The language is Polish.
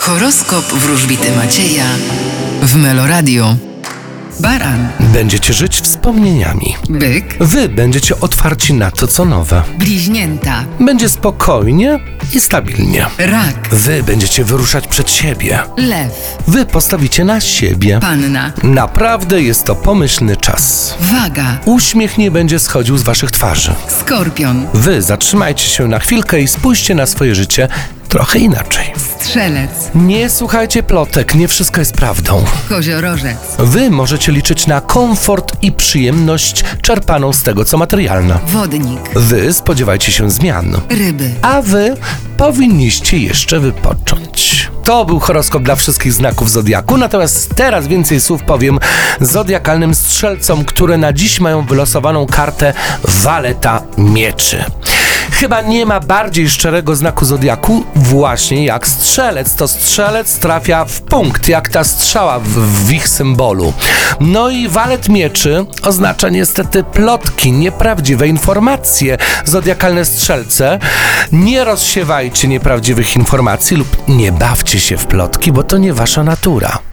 Horoskop wróżbity Macieja w Meloradio. Baran, Będziecie żyć wspomnieniami. byk, Wy będziecie otwarci na to, co nowe. bliźnięta, Będzie spokojnie i stabilnie. rak, Wy będziecie wyruszać przed siebie. lew, Wy postawicie na siebie. panna, Naprawdę jest to pomyślny czas. waga, Uśmiech nie będzie schodził z waszych twarzy. skorpion, Wy zatrzymajcie się na chwilkę i spójrzcie na swoje życie trochę inaczej. strzelec, Nie słuchajcie plotek, nie wszystko jest prawdą. koziorożec, Wy możecie liczyć na komfort i przyjemność czerpaną z tego, co materialne. wodnik, Wy spodziewajcie się zmian, ryby. a wy powinniście jeszcze wypocząć. To był horoskop dla wszystkich znaków Zodiaku, natomiast teraz więcej słów powiem zodiakalnym strzelcom, które na dziś mają wylosowaną kartę Waleta Mieczy. Chyba nie ma bardziej szczerego znaku Zodiaku, właśnie jak strzelec. To strzelec trafia w punkt, jak ta strzała w, w ich symbolu. No i walet mieczy oznacza niestety plotki, nieprawdziwe informacje. Zodiakalne strzelce, nie rozsiewajcie nieprawdziwych informacji lub nie bawcie się w plotki, bo to nie wasza natura.